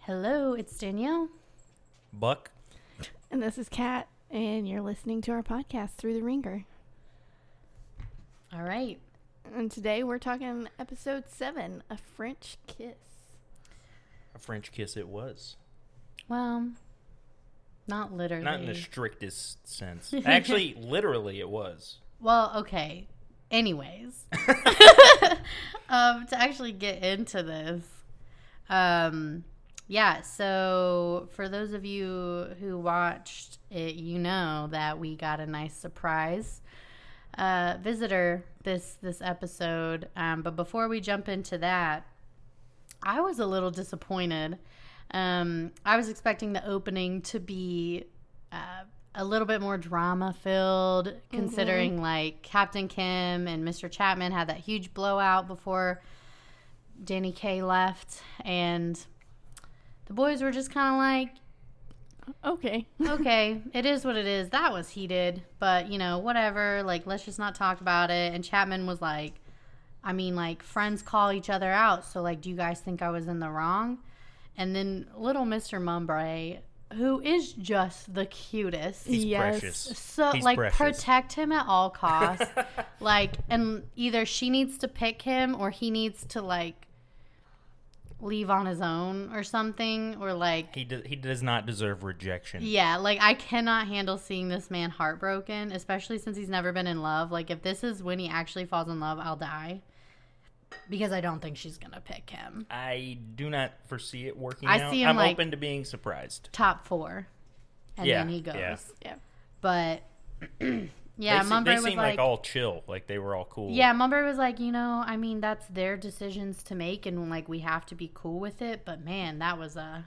Hello, it's Danielle. Buck. And this is Kat, and you're listening to our podcast through the ringer. All right. And today we're talking episode seven, a French kiss. A French kiss it was. Well, not literally. Not in the strictest sense. Actually, literally it was. well, okay. Anyways, um, to actually get into this, um, yeah. So for those of you who watched it, you know that we got a nice surprise uh, visitor this this episode. Um, but before we jump into that, I was a little disappointed. Um, I was expecting the opening to be uh, a little bit more drama filled, considering like Captain Kim and Mr. Chapman had that huge blowout before Danny Kaye left, and the boys were just kind of like, Okay. okay, it is what it is. That was heated, but you know, whatever. Like, let's just not talk about it. And Chapman was like, I mean, like, friends call each other out. So, like, do you guys think I was in the wrong? And then little Mr. Mumbray, who is just the cutest. He's Yes. precious. So, He's like, precious. protect him at all costs. like, and either she needs to pick him or he needs to, like, leave on his own or something, or like, He, do, he does not deserve rejection. yeah, like I cannot handle seeing this man heartbroken, especially since he's never been in love. Like if this is when he actually falls in love, I'll die. Because I don't think she's gonna pick him. I do not foresee it working I out. see him, I'm like- open to being surprised. Top four. And Yeah, then he goes. yeah. Yeah. But yeah, they, se- they Mumbury was seem like, like, all chill, like they were all cool. Yeah, Mumbury was like, you know, I mean that's their decisions to make and like we have to be cool with it, but man, that was a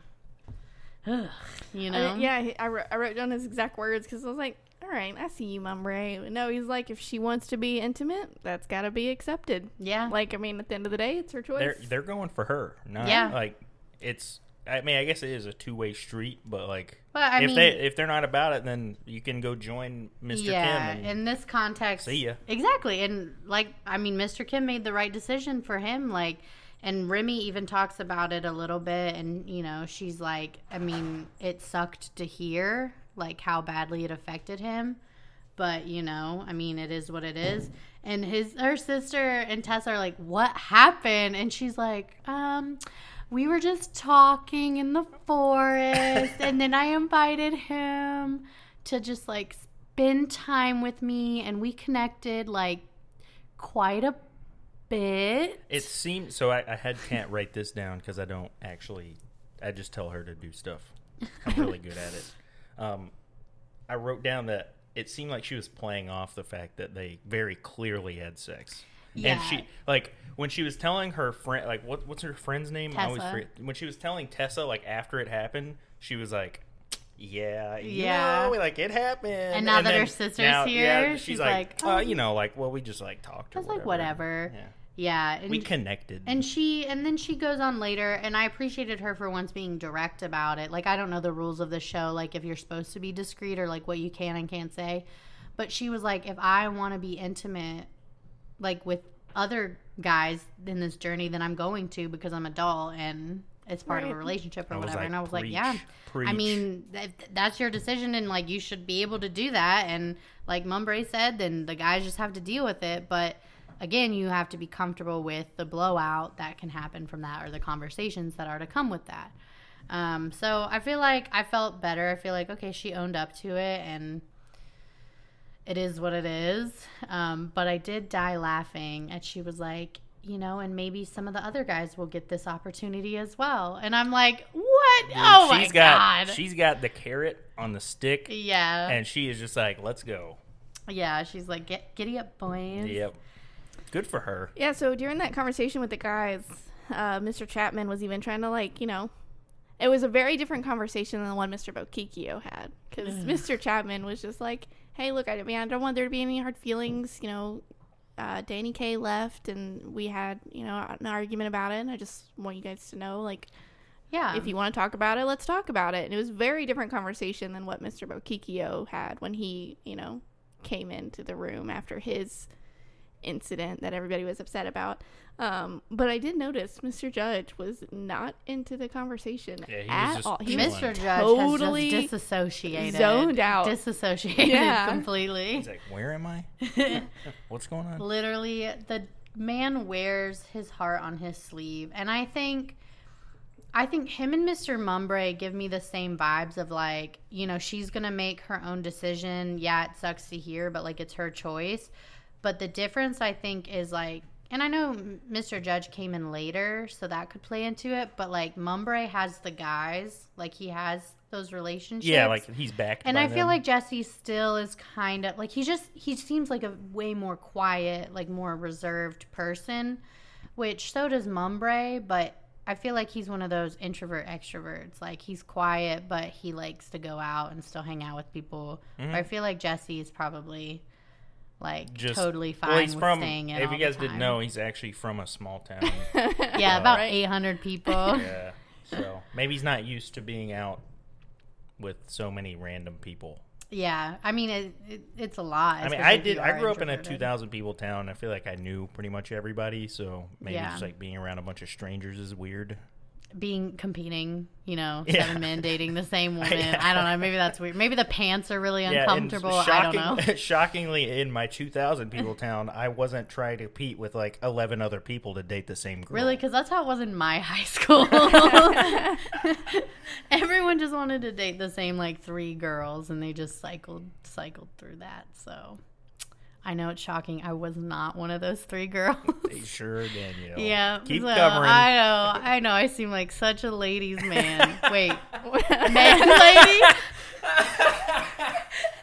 ugh, you know? I, Uh, yeah, he- I, wrote, I wrote down his exact words because I was like, all right, I see you, Mum Ray. No, he's like, if she wants to be intimate, that's got to be accepted. Yeah. Like, I mean, at the end of the day, it's her choice. they're they're going for her. Not, Yeah. like it's. I mean, I guess it is a two way street, but like But, I if mean- they if they're not about it, then you can go join Mr. yeah, Kim. in this context. See ya. Exactly. And like I mean Mr. Kim made the right decision for him like and Remy even talks about it a little bit and you know, she's like I mean, it sucked to hear like how badly it affected him, but you know, I mean, it is what it is. And his her sister and Tess are like, "What happened?" And she's like, "Um, we were just talking in the forest, and then I invited him to just like spend time with me, and we connected like quite a bit." It seemed so. I, I had can't write this down because I don't actually. I just tell her to do stuff. I'm really good at it. Um, I wrote down that it seemed like she was playing off the fact that they very clearly had sex. Yeah. And she like when she was telling her friend like what what's her friend's name? I always Tessa. forget. When she was telling Tessa like after it happened, she was like. Yeah, you Yeah. know, like it happened. And now that her sister's here, she's, she's like, like, uh, "Oh." you know, like, well, we just like talked. Or I was like, "Whatever." Yeah. Yeah, and We connected. And she and then she goes on later and I appreciated her for once being direct about it. Like I don't know the rules of the show like if you're supposed to be discreet or like what you can and can't say. But she was like if I want to be intimate like with other guys in this journey then I'm going to because I'm adult and it's part of a Right. relationship or I was whatever. like, and I was like, "Preach, yeah. I preach." mean, th- that's your decision and like you should be able to do that and like Mumbray said then the guys just have to deal with it, but again, you have to be comfortable with the blowout that can happen from that or the conversations that are to come with that. Um, so I feel like I felt better. I feel like, okay, she owned up to it and it is what it is. Um, but I did die laughing. And she was like, you know, and maybe some of the other guys will get this opportunity as well. And I'm like, what? oh my she's got God. she's got the carrot on the stick yeah. and she is just like let's go yeah. She's like, get giddy up, boys. yep good for her Yeah, so during that conversation with the guys, uh, Mr. Chapman was even trying to like, you know, it was a very different conversation than the one Mr. Bokikio had because Mr. Chapman was just like, "Hey, look, I mean, I don't want there to be any hard feelings, you know." Uh, Danny Kay left, and we had, you know, an argument about it. And I just want you guys to know, like, Yeah. if you want to talk about it, let's talk about it. And it was a very different conversation than what Mr. Bokikio had when he, you know, came into the room after his incident that everybody was upset about. Um, but I did notice Mr. Judge was not into the conversation Yeah, he was at just all. He was chilling. Mr. Judge totally has just disassociated, zoned out. disassociated Yeah. completely. He's like, where am I? What's going on? Literally, the man wears his heart on his sleeve, and I think, I think him and Mr. Mumbray give me the same vibes of like, you know, she's gonna make her own decision. Yeah, it sucks to hear, but like it's her choice. But the difference, I think, is like, and I know M- Mr. Judge came in later, so that could play into it. But like, Mumbray has the guys, like he has those relationships. Yeah, like he's back. And by I feel them. like Jesse still is kind of like he's just he seems like a way more quiet, like more reserved person, which so does Mumbray, but I feel like he's one of those introvert extroverts. Like he's quiet, but he likes to go out and still hang out with people. Mhm. I feel like Jesse is probably like Just- totally fine well, he's with from. staying in. If all you guys the didn't time. know, he's actually from a small town. yeah, about Right. 800 people. yeah, so maybe he's not used to being out with so many random people. yeah, I mean it, it, it's a lot. I mean, especially I if did. you I are grew up in a introverted. 2,000 people town. I feel like I knew pretty much everybody. So maybe Yeah. just like being around a bunch of strangers is weird. being competing, you know, Yeah. seven men dating the same woman. Yeah. I don't know. Maybe that's weird. Maybe the pants are really uncomfortable. I don't shocking- know. shockingly, in my 2,000 people town, I wasn't trying to compete with like 11 other people to date the same girl. Really, because that's how it was in my high school. Everyone just wanted to date the same like three girls, and they just cycled cycled through that. So I know it's shocking. I was not one of those three girls. They sure, Danielle. yeah, Keep so covering. I know. I know. I seem like such a ladies' man. Wait, man, lady.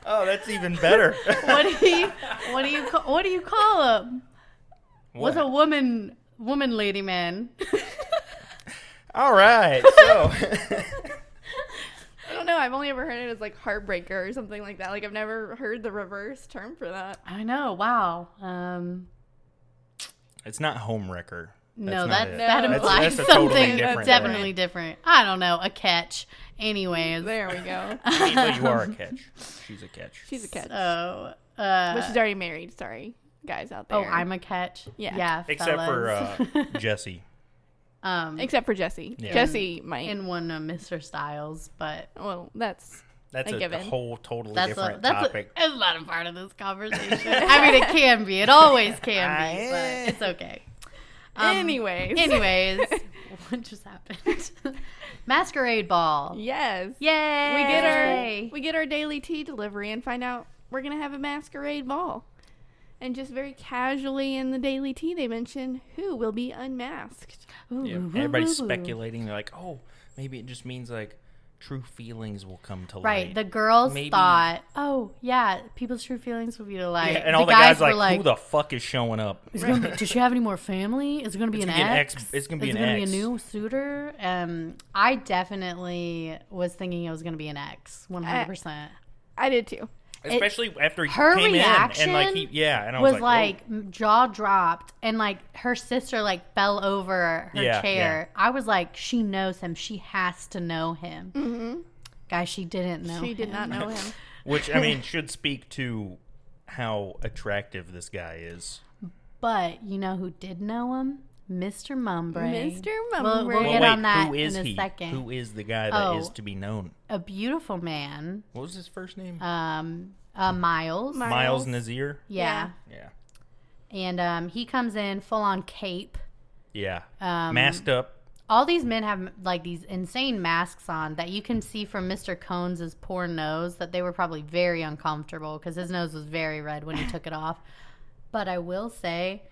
oh, that's even better. What do you what do you ca- what do you call them? What's a woman woman lady man? All right. So, I don't know. I've only ever heard it as like heartbreaker or something like that. Like I've never heard the reverse term for that. I know. Wow. Um, it's not homewrecker. no, not that it. that No. implies That's- that's a totally something different definitely brand. different. I don't know. A catch. Anyways, There we go. I mean, but you are a catch. She's a catch. She's a catch. so uh, but she's already married. Sorry, guys out oh, there. I'm a catch. Yeah. yeah. Except for fellas. uh, Jesse. um, except for Jesse. Yeah. Jesse might. in one of Mr. Styles, but well, that's That's A a, given. whole totally that's different a, that's, topic. A, that's not a part of this conversation. I mean, it can be. It always can be, but it's okay. Um, anyways. Anyways, what just happened? Masquerade ball. yes. Yay! We get our we get our daily tea delivery and find out we're gonna have a masquerade ball. And just very casually in the daily tea, they mention who will be unmasked. Ooh, Yeah, ooh, everybody's ooh, ooh. speculating. They're like, oh, maybe it just means like true feelings will come to Right. light. The girls Maybe- thought, oh yeah, people's true feelings will be to light. Yeah, and all the guys, like, who the fuck is showing up? is it gonna be, does she have any more family? Is it going to be an It's gonna be an ex? ex- it's gonna be Is an it ex." a new suitor? Um, I definitely was thinking it was going to be an ex, one hundred percent. I did too. Especially after he her came reaction in and like he, yeah, and I was, was, like, "Oh," like, m- jaw dropped and like her sister like fell over her Yeah, chair. I was like, she knows him. She has to know him. Mm-hmm. Guys, she didn't know. She did him. not know him. "Whoa." which I mean should speak to how attractive this guy is. But you know who did know him? Mr. Mumbray. Mr. We'll, we'll Mumbrey. get wait, on that who is in a he? second. Who is the guy that is Oh. to be known? a beautiful man. What was his first name? Um, uh, Miles. Miles. Miles Nazir. yeah. Yeah, And um, he comes in full on cape. yeah, Um, masked up. all these men have like these insane masks on that you can see from Mr. Cones' poor nose that they were probably very uncomfortable because his nose was very red when he took it off. But I will say,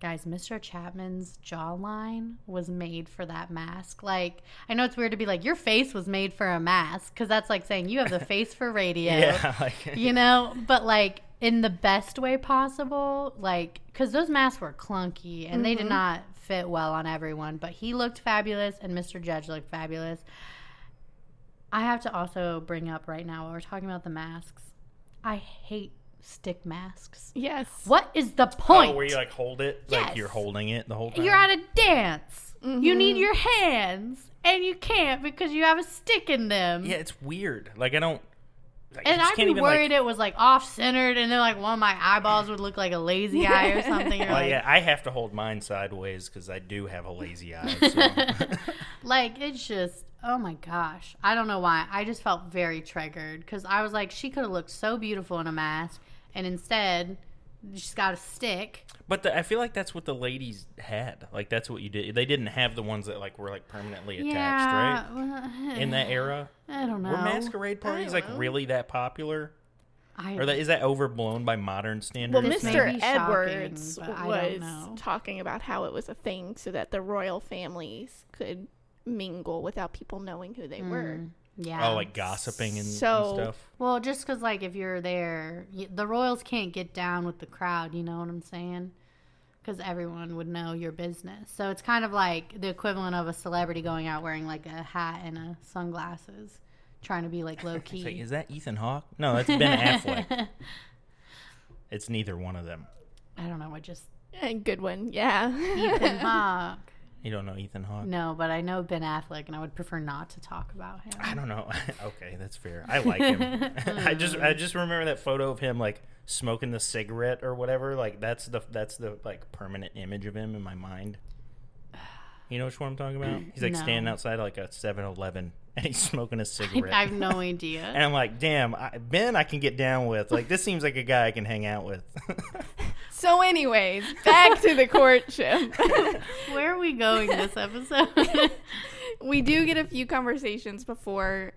guys, Mr. Chapman's jawline was made for that mask. Like, I know it's weird to be like, your face was made for a mask because that's like saying you have the face for radio Yeah, like, you know but like in the best way possible like because those masks were clunky and they did not fit well on everyone but he looked fabulous and mr judge looked fabulous i have to also bring up right now while we're talking about the masks i hate stick masks Yes. what is the point Oh, where you like hold it, Yes. like you're holding it the whole time. you're at a dance you need your hands and you can't because you have a stick in them Yeah, it's weird. Like I don't like, And I just I'd can't be even, worried Like, it was like off centered, and then like one of my eyeballs would look like a lazy eye or something. You're well, like, yeah, I have to hold mine sideways because I do have a lazy eye. So. like it's just oh my gosh i don't know why i just felt very triggered because i was like she could have looked so beautiful in a mask and instead she's got a stick But the, I feel like that's what the ladies had. Like that's what you did. They didn't have the ones that like were like permanently attached, yeah well, right? In that era, i don't know were masquerade parties like know. really that popular? I, Or that is that overblown by modern standards? Well, This may Mr. be shocking, Edwards but I don't know. was talking about how it was a thing so that the royal families could mingle without people knowing who they were. Hmm. yeah oh, like gossiping and, So- and stuff. well just because like if you're there y the royals can't get down with the crowd you know what i'm saying because everyone would know your business so it's kind of like the equivalent of a celebrity going out wearing like a hat and a sunglasses trying to be like low-key It's like, is that Ethan Hawke? No, that's Ben Affleck. It's neither one of them. I don't know. I just And good one, yeah. Ethan Hawke. You don't know Ethan Hawke. No, but I know Ben Affleck, and I would prefer not to talk about I him. don't know. okay, that's fair. I like him. I just I just remember that photo of him like smoking the cigarette or whatever. Like that's the that's the like permanent image of him in my mind. You know which one I'm talking about? He's like No. standing outside like a 7-Eleven and he's smoking a cigarette. I have no and idea. I'm like, damn, I, Ben, I can get down with. Like this seems like a guy I can hang out with. so, anyways, back to the courtship. Where are we going this episode? we do get a few conversations before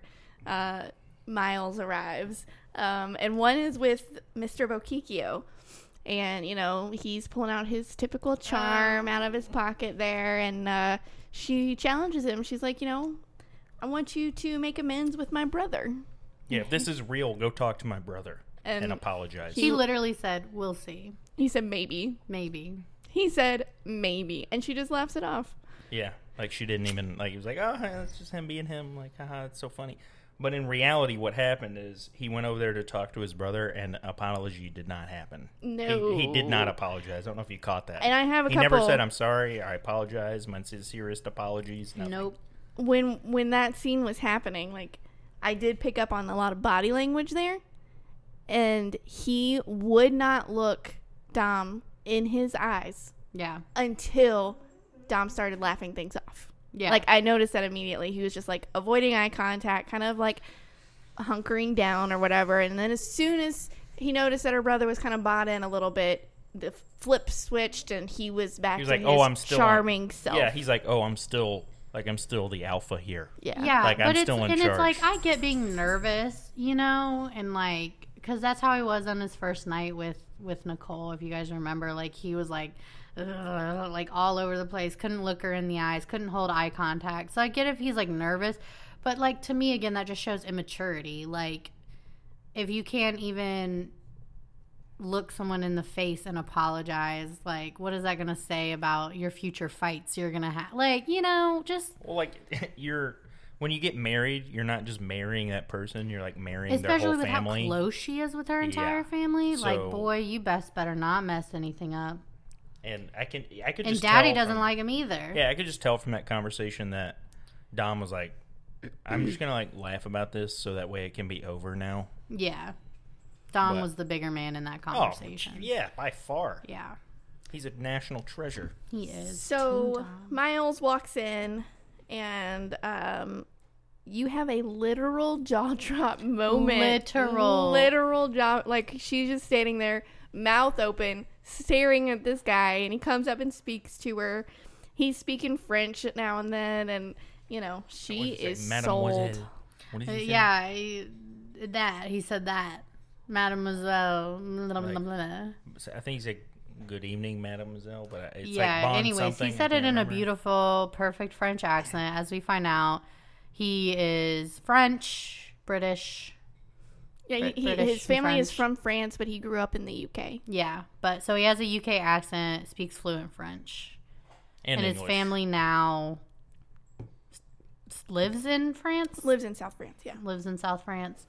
uh, Miles arrives, um, and one is with Mr. Bokikio. And you know he's pulling out his typical charm out of his pocket there, and uh, she challenges him. She's like, you know, I want you to make amends with my brother. yeah, if this is real, go talk to my brother and, And apologize. he literally said, "We'll see, He said maybe. maybe." He said maybe, and she just laughs it off. Yeah, like she didn't even like. He was like, "Oh, that's just him being him." Like, haha, it's so funny. But in reality, what happened is he went over there to talk to his brother, and apology did not happen. No. he, he did not apologize. I don't know if you caught that. And I have a he never couple- said, "I'm sorry," "I apologize," "My sincerest apologies." nothing. Nope. when when that scene was happening, like I did pick up on a lot of body language there, and he would not look Dom in his eyes Yeah. until Dom started laughing things off. Yeah. Like I noticed that immediately. He was just like avoiding eye contact, kind of like hunkering down or whatever. And then as soon as he noticed that her brother was kind of bought in a little bit, the flip switched and he was back He was to like, his "Oh, I'm still on- charming self. Yeah, he's like, "Oh, I'm still like I'm still the alpha here." yeah. yeah, Like, I'm but it's still in and it's like charge. I get being nervous, you know, and like because that's how he was on his first night with with Nicole. If you guys remember, like he was like ugh, like all over the place, couldn't look her in the eyes, couldn't hold eye contact. So I get if he's like nervous, but like to me again, that just shows immaturity. Like if you can't even look someone in the face and apologize like what is that going to say about your future fights you're going to have like you know just Well, like you're when you get married, you're not just marrying that person. You're like marrying especially their whole with family. how close she is with her entire Yeah. family. So- like, boy, you best better not mess anything up. and I can I could And just Daddy tell doesn't from- like him either. Yeah, I could just tell from that conversation that Dom was like, "I'm just gonna like laugh about this so that way it can be over now." Yeah. Dom But- was the bigger man in that Oh, conversation. yeah. yeah, by far, he's a national treasure. he is. So Miles walks in, and um, you have a literal jaw drop moment. Literal. literal jaw. Like she's just standing there, mouth open, staring at this guy, and he comes up and speaks to her. He's speaking French now and then, and you know she What'd you is say, Mademoiselle? sold. What did Uh, you say? yeah, he, that he said that, Mademoiselle. blah, blah, Like- blah. I think he said "Good evening, Mademoiselle," but uh, it's like yeah. Bond anyways, something. he I said it can't in remember. a beautiful, perfect French accent. As we find out, he is French, British. Yeah, he, Brit- he, British his and family is from French. France, but he grew up in the UK. Yeah, but so he has a UK accent, speaks fluent French. and, and his English. family now s- lives in France, Lives in South France. Yeah. lives in South France.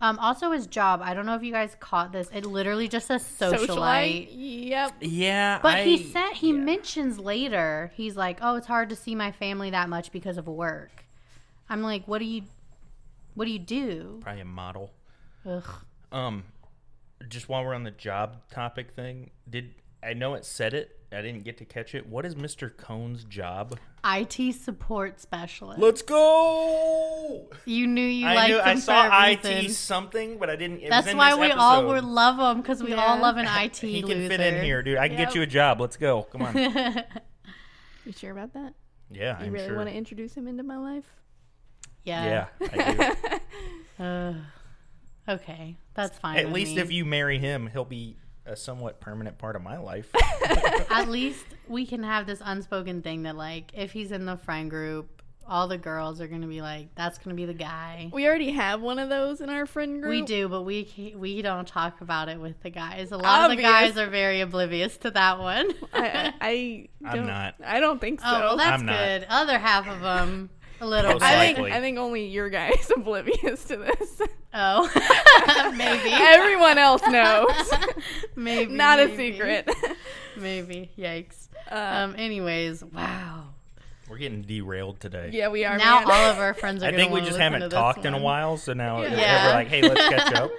Um, also, his job. I don't know if you guys caught this. It literally just says socialite. Yep. Yeah, But I, he said he mentions later. He's like, "Oh, it's hard to see my family that much because of work." I'm like, "What do you, what do you do?" probably a model. Ugh. Um, just while we're on the job topic thing, did I know it said it? I didn't get to catch it. What is Mr. Cohn's job? IT support specialist. Let's go. you knew you I liked knew him I for saw a IT reason. something, but I didn't. It was That's in why this we all episode. were love him because we all Yeah. love an IT He loser. can fit in here, dude. I can Yep. get you a job. Let's go. Come on. You sure about that? Yeah, You I'm really sure. want to introduce him into my life? yeah, yeah. I do. Ugh. okay, that's fine. At with least me. if you marry him, he'll be a somewhat permanent part of my life. At least we can have this unspoken thing that like if he's in the friend group, all the girls are gonna be like, "That's gonna be the guy." We already have one of those in our friend group. We do, but we ca- we don't talk about it with the guys. A lot of the guys Obvious. are very oblivious to that one. I, I I'm don't, not. I don't think so. oh, well, that's I'm not. good. Other half of them, a little. Most bit. I think likely. I think only your guy is oblivious to this. Oh, maybe, Everyone else knows. maybe Not a maybe. secret. Maybe. Yikes. Uh, Um. Anyways, wow. We're getting derailed today. yeah, we are now man. all of our friends are. I gonna think we wanna just listen to haven't this talked in a one. while, so now Yeah. we're like, hey, let's catch up.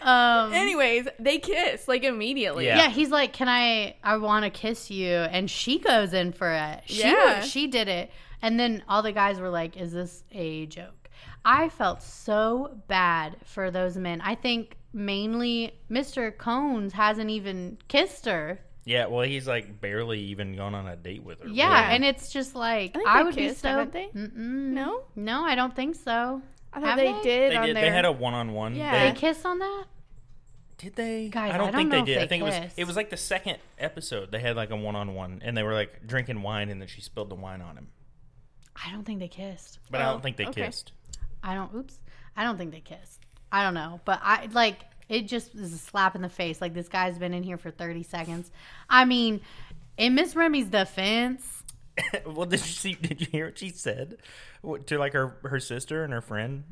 Um. Anyways, they kiss like immediately. Yeah. yeah. he's like, "Can I? I want to kiss you," and she goes in for it. She Yeah. she did it, and then all the guys were like, "Is this a joke?" I felt so bad for those men. I think mainly Mr. Cones hasn't even kissed her. Yeah, well, he's like barely even gone on a date with her. Yeah, really. and it's just like I, I think they would kissed, be so. haven't they? Mm-mm. No, no, I don't think so. I thought Have they, they? did they on did. their. They had a one-on-one. Yeah. They They, kiss on that. did they? Guys, I don't I don't think know they if did. they I think it was. kissed. It was like the second episode. They had like a one-on-one, and they were like drinking wine, and then she spilled the wine on him. I don't think they kissed. But I Oh, don't think they okay. kissed. I don't. Oops. I don't think they kissed. I don't know, but I like it. Just is a slap in the face. Like this guy's been in here for thirty seconds. I mean, in Miss Remy's defense, well, did you see? Did you hear what she said What- to like her her sister and her friend?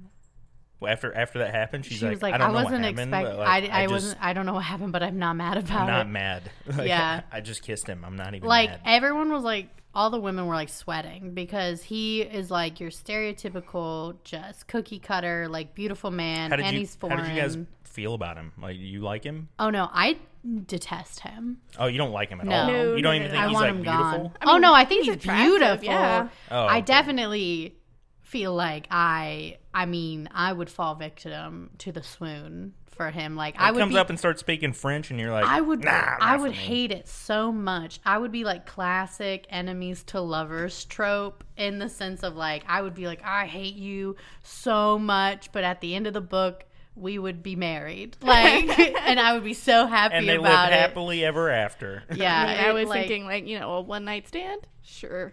Well, After after that happened, she's she like, was like, "I "I, don't know wasn't what happened. expecting. but, like, I, I, just, wasn't. I don't know what happened, but I'm not mad I'm about not it. mad. Like, Yeah. I just kissed him. I'm not even Like mad. everyone was like, all the women were like sweating because he is like your stereotypical, just cookie cutter, like beautiful man, How did and you? he's How foreign. did you guys feel about him? Like, you like him? oh no, I detest him. Oh, you don't like him at No. all. No, you don't no, even no, think I he's want like him beautiful. gone. I mean, oh no, I think he's he's, attractive, beautiful. yeah. Oh, I okay. definitely feel like I. I mean, I would fall victim to the swoon for him. Like I He would comes be, up and starts speaking French, and you're like, I would. Nah, I not would for me." hate it so much. I would be like classic enemies to lovers trope in the sense of like I would be like I hate you so much, but at the end of the book. We would be married, like, and I would be so happy And they live about it. happily ever after. Yeah, I, mean, I it, was like- thinking like you know a one night stand. Sure.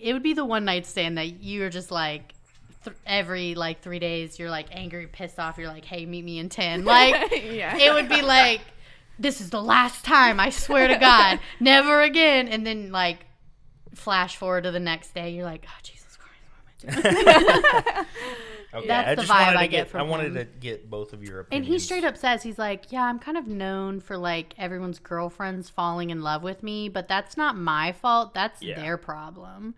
it would be the one night stand that you're just like th- every like three days you're like angry pissed off you're like hey meet me in 10 like yeah. it would be like this is the last time i swear to god never again and then like flash forward to the next day you're like oh jesus christ what am I doing? Okay, That's I the just vibe wanted to I get from I wanted him. to get both of your and opinions. he straight up says he's like yeah i'm kind of known for like everyone's girlfriends falling in love with me but that's not my fault that's Yeah. their problem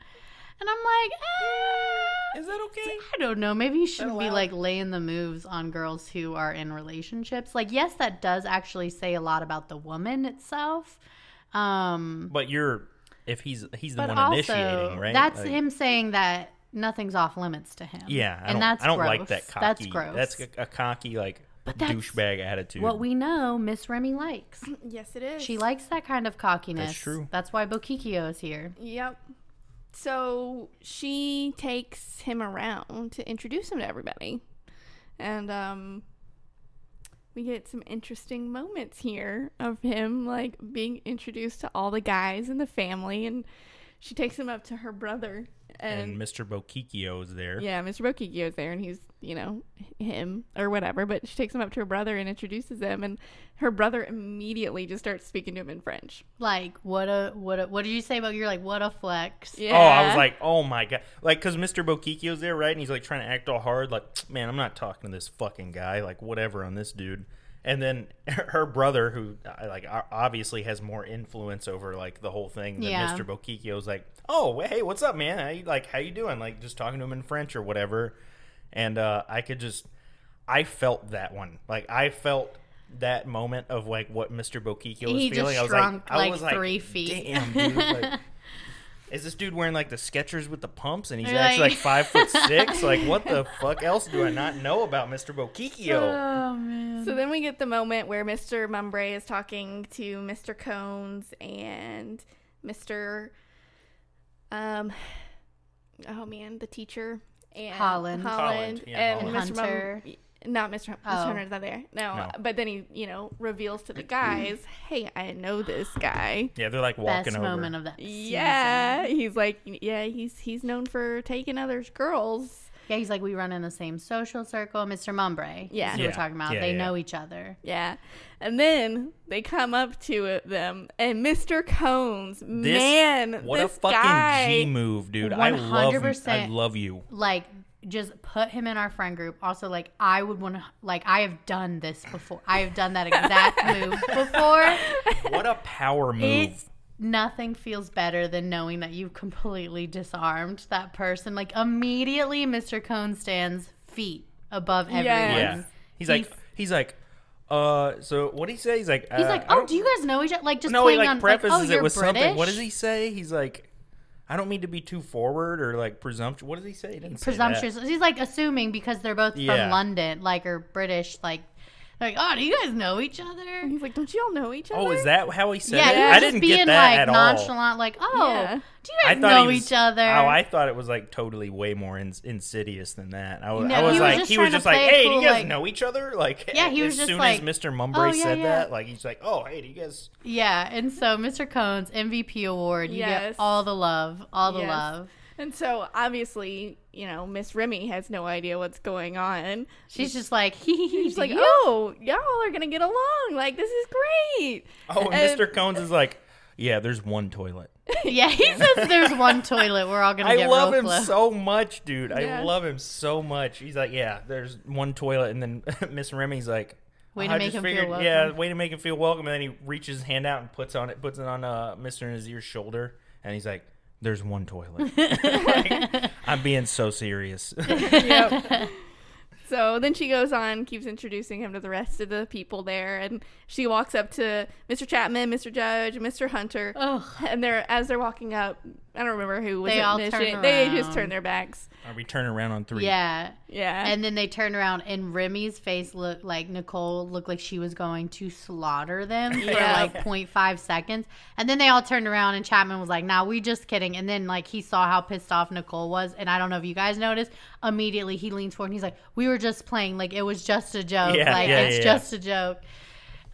and i'm like "Ah." Is that okay? I don't know. Maybe you shouldn't be allowed? like laying the moves on girls who are in relationships. Like, yes, that does actually say a lot about the woman itself. Um, But you're, if he's he's the but one also, initiating, right? that's Like, him saying that nothing's off limits to him. Yeah, I and don't, that's I don't gross. like that cocky. That's gross. That's a, a cocky like that's douchebag attitude. what we know. Miss Remy likes. yes, it is. She likes that kind of cockiness. That's true. That's why Bokikio is here. Yep. So she takes him around to introduce him to everybody. And um we get some interesting moments here of him like being introduced to all the guys in the family and she takes him up to her brother and and, Mr. Bokikio is there. yeah, Mr. Bokikio's there and he's, you know, him or whatever, but she takes him up to her brother and introduces him and her brother immediately just starts speaking to him in French. Like, what a what a what did you say about you're like what a flex? Yeah. Oh, I was like, oh my god, like because Mr. Bokikio's there, right? And he's like trying to act all hard, like, man, I'm not talking to this fucking guy, like whatever on this dude. And then her brother, who uh, like o- obviously has more influence over like the whole thing than Yeah. Mr. Bokikio's, like, oh hey, what's up, man? How you, like how you doing? Like just talking to him in French or whatever. And uh, I could just, I felt that one. Like I felt that moment of like what Mr. Bokikyo was He just feeling. I was shrunk, like, I like, was three feet. Damn, dude. Like, is this dude wearing like the Skechers with the pumps, and he's You're actually like- like five foot six? Like, what the fuck else do I not know about Mr. Bokikyo? Oh man. So then we get the moment where Mr. Mumbre is talking to Mr. Cones and Mr. Um, oh man, the teacher and Holland. Holland, Holland, yeah, and Holland. Mr. Mum- Hunter. not Mr. Mr. Oh. Hunter's not there. No, No. but then he, you know, reveals to the guys, "Hey, I know this guy." Yeah, they're like walking Best over. moment of that. Yeah, season. he's like, yeah, he's he's known for taking others' girls. Yeah, he's like we run in the same social circle, Mr. Mumbre. is Yeah. who Yeah. we're talking about. Yeah, they yeah, know yeah. each other. Yeah. And then they come up to it, them, and Mr. Cones, This, man, what this a fucking guy, G move, dude! I love, I 100%. love you. Like just put him in our friend group. Also, like I would want to. Like I have done this before. I have done that exact move before. What a power move! It's nothing feels better than knowing that you've completely disarmed that person. Like immediately, Mr. Cone stands feet above everyone. Yeah. Yeah. He's like he's like uh so what did he say? He's like uh, He's like, oh, do you guys know each other? Like just No, he playing like on like, prefaces oh, it you're with British. something. What does he say? He's like I don't mean to be too forward or like presumptuous. What does he say? He didn't say that. presumptuous. He's like assuming because they're both Yeah. from London, like or British, like like oh, do you guys know each other? He's like, don't you all know each other? Oh, is that how he said Yeah, it? he Yeah. was I just didn't being get that like at all. nonchalant, like oh, Yeah. do you I guys thought know he was- each other? Oh, I thought it was like totally way more in, insidious than that. I was, No, I was he was like, just he was trying to just like, play it hey, cool, do you guys like- know each other? Like, Yeah, he was as just soon like, as Mr. Mumbre "Oh, yeah, said yeah." that, like he's like, oh, hey, do you guys? yeah, and so Mr. Cohn's MVP award, you Yes. get all the love, all the Yes. love. And so obviously, you know, Miss Remy has no idea what's going on. She's just like hee hee hee. She's do like, you? oh, y'all are gonna get along. Like this is great. Oh, and And- Mr. Cones is like, yeah, there's one toilet. yeah. He says there's one toilet. We're all gonna I get love real him close. so much, dude. I Yeah. love him so much. He's like, yeah, there's one toilet, and then Miss Remy's like, Way "Oh, to I make just him feel welcome." Yeah, way to make him feel welcome. And then he reaches his hand out and puts on it, puts it on uh, Mister Nazir's shoulder, and he's like, "There's one toilet." Like, I'm being so serious. yep. So then she goes on, keeps introducing him to the rest of the people there, and she walks up to Mr. Chapman, Mr. Judge, Mr. Hunter, Ugh. and they're as they're walking up. I don't remember who was They it, all Miss turn Jane- They just around. turn their backs. Are we turning around on three? Yeah. Yeah, And then they turn around and Remy's face looked like Nicole looked like she was going to slaughter them for Yeah. like 0.5 seconds. And then they all turned around and Chapman was like, nah, we just kidding. And then like he saw how pissed off Nicole was. And I don't know if you guys noticed, immediately he leans forward and he's like, we were just playing. Like it was just a joke. Yeah, like yeah, it's yeah, yeah. just a joke.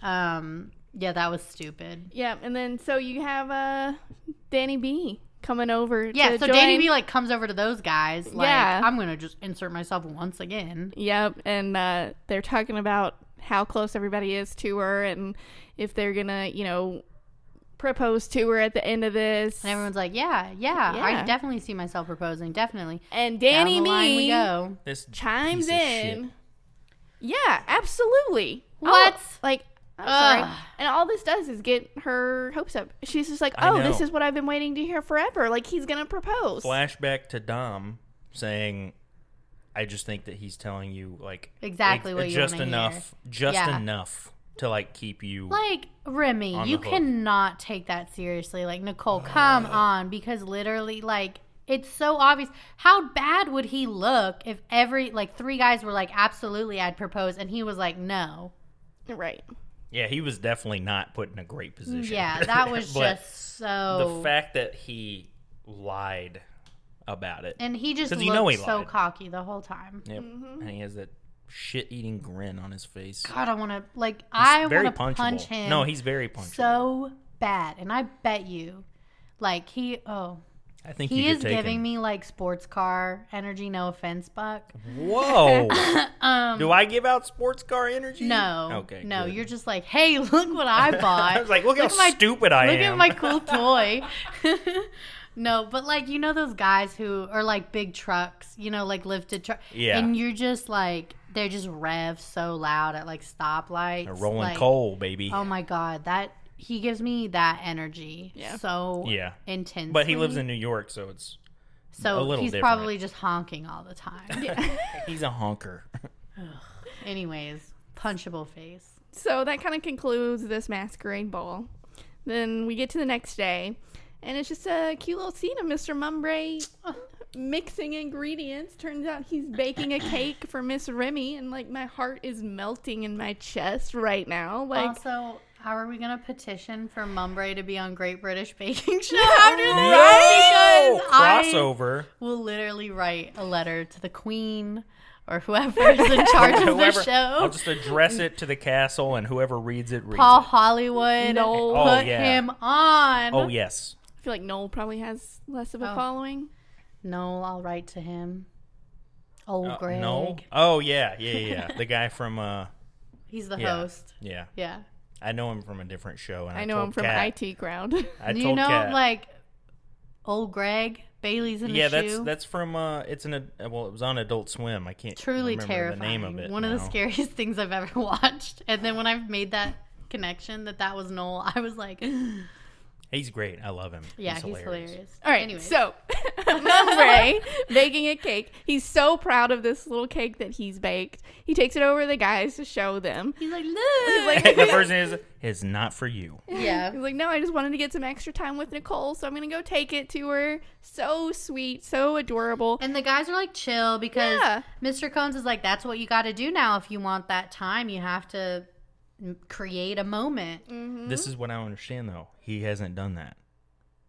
Um, yeah, that was stupid. yeah, and then so you have uh, Danny B coming over. Yeah, to so join. Danny B like comes over to those guys. Like, Yeah. I'm gonna just insert myself once again. Yep, and uh, they're talking about how close everybody is to her, and if they're gonna, you know, propose to her at the end of this. And everyone's like, yeah, yeah, I Yeah. definitely see myself proposing, definitely. And Down Danny the line B we go. This chimes piece of shit. in. Yeah, absolutely. All- What? like, I'm Ugh. sorry. And all this does is get her hopes up. She's just like, I oh, this know. is what I've been waiting to hear forever. Like, he's going to propose. Flashback to Dom saying, "I just think that he's telling you like Exactly what you just wanna enough, hear. just Yeah. enough to like keep you." Like Remy, On Oh. you the hook. cannot take that seriously. Like Nicole, come on, because literally, like it's so obvious. How bad would he look if every like three guys were like, "Absolutely, I'd propose," and he was like, "No." Right. Yeah, he was definitely not put in a great position. Yeah, that was But just so. the fact that he lied about it. and he just 'Cause looked you know he so lied. cocky the whole time. yep. And he has that shit-eating grin on his face. He's God, I want to like I very want to punch punchable. him. No, he's very punchable. so bad, and I bet you, like he oh. I think He you is could take giving him. me like sports car energy, no offense, Buck. Whoa! Um, Do I give out sports car energy? no, Okay. no, good. you're just like, hey, look what I bought. I was like, look, Look how at my- stupid I look am. at my cool toy. no, but like you know those guys who are like big trucks, you know, like lifted truck. Yeah. and you're just like they just rev so loud at like stoplights. A rolling like, coal, baby. Oh my god, that he gives me that energy. Yeah. so Yeah. intense. but he lives in New York, so it's so a little he's different. probably just honking all the time. he's a honker. Anyways, punchable face. So that kind of concludes this masquerade ball. Then we get to the next day, and it's just a cute little scene of Mr. Mumbray uh, mixing ingredients. Turns out he's baking a cake for Miss Remy, and like my heart is melting in my chest right now. Like, also, how are we gonna petition for Mumbray to be on Great British Baking Show? How do they- No! Because I- Crossover. We'll literally write a letter to the Queen or whoever is in charge of the Whoever- I'll show. just address it to the castle, and whoever reads it reads Paul it. Hollywood, Noel. put Oh, yeah. him on. Oh yes, I feel like Noel probably has less of a Oh. following. No, I'll write to him. Old Uh, Greg. no. Oh yeah, yeah, yeah. yeah. the guy from uh, He's the Yeah. host. yeah. Yeah. I know him from a different show. And I, I know told him from Kat- IT Ground. I Do told you know Kat- like old Greg Bailey's in yeah, the that's shoe? that's from uh, it's an ad- well, it was on Adult Swim. I can't Truly remember terrifying. The name of it. One of the now. scariest things I've ever watched. And then when I've made that connection that that was Noel, I was like, yeah, He's great. I love him. he's hilarious. All right. Anyways. So, Mum Ray baking a cake. He's so proud of this little cake that he's baked. He takes it over to the guys to show them. he's like, look. like- the person is is not for you. yeah. He's like, no, I just wanted to get some extra time with Nicole, so I'm gonna go take it to her. So sweet, so adorable. And the guys are like chill because Yeah. Mr. Combs is like, that's what you got to do now if you want that time. You have to m- create a moment. This is what I don't understand though. He hasn't done that.